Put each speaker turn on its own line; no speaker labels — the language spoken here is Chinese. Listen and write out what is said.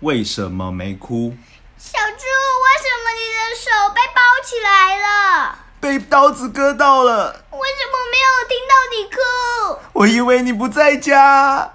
为什么没哭？
小猪，为什么你的手被包起来了？
被刀子割到了，
为什么没有听到你哭？
我以为你不在家。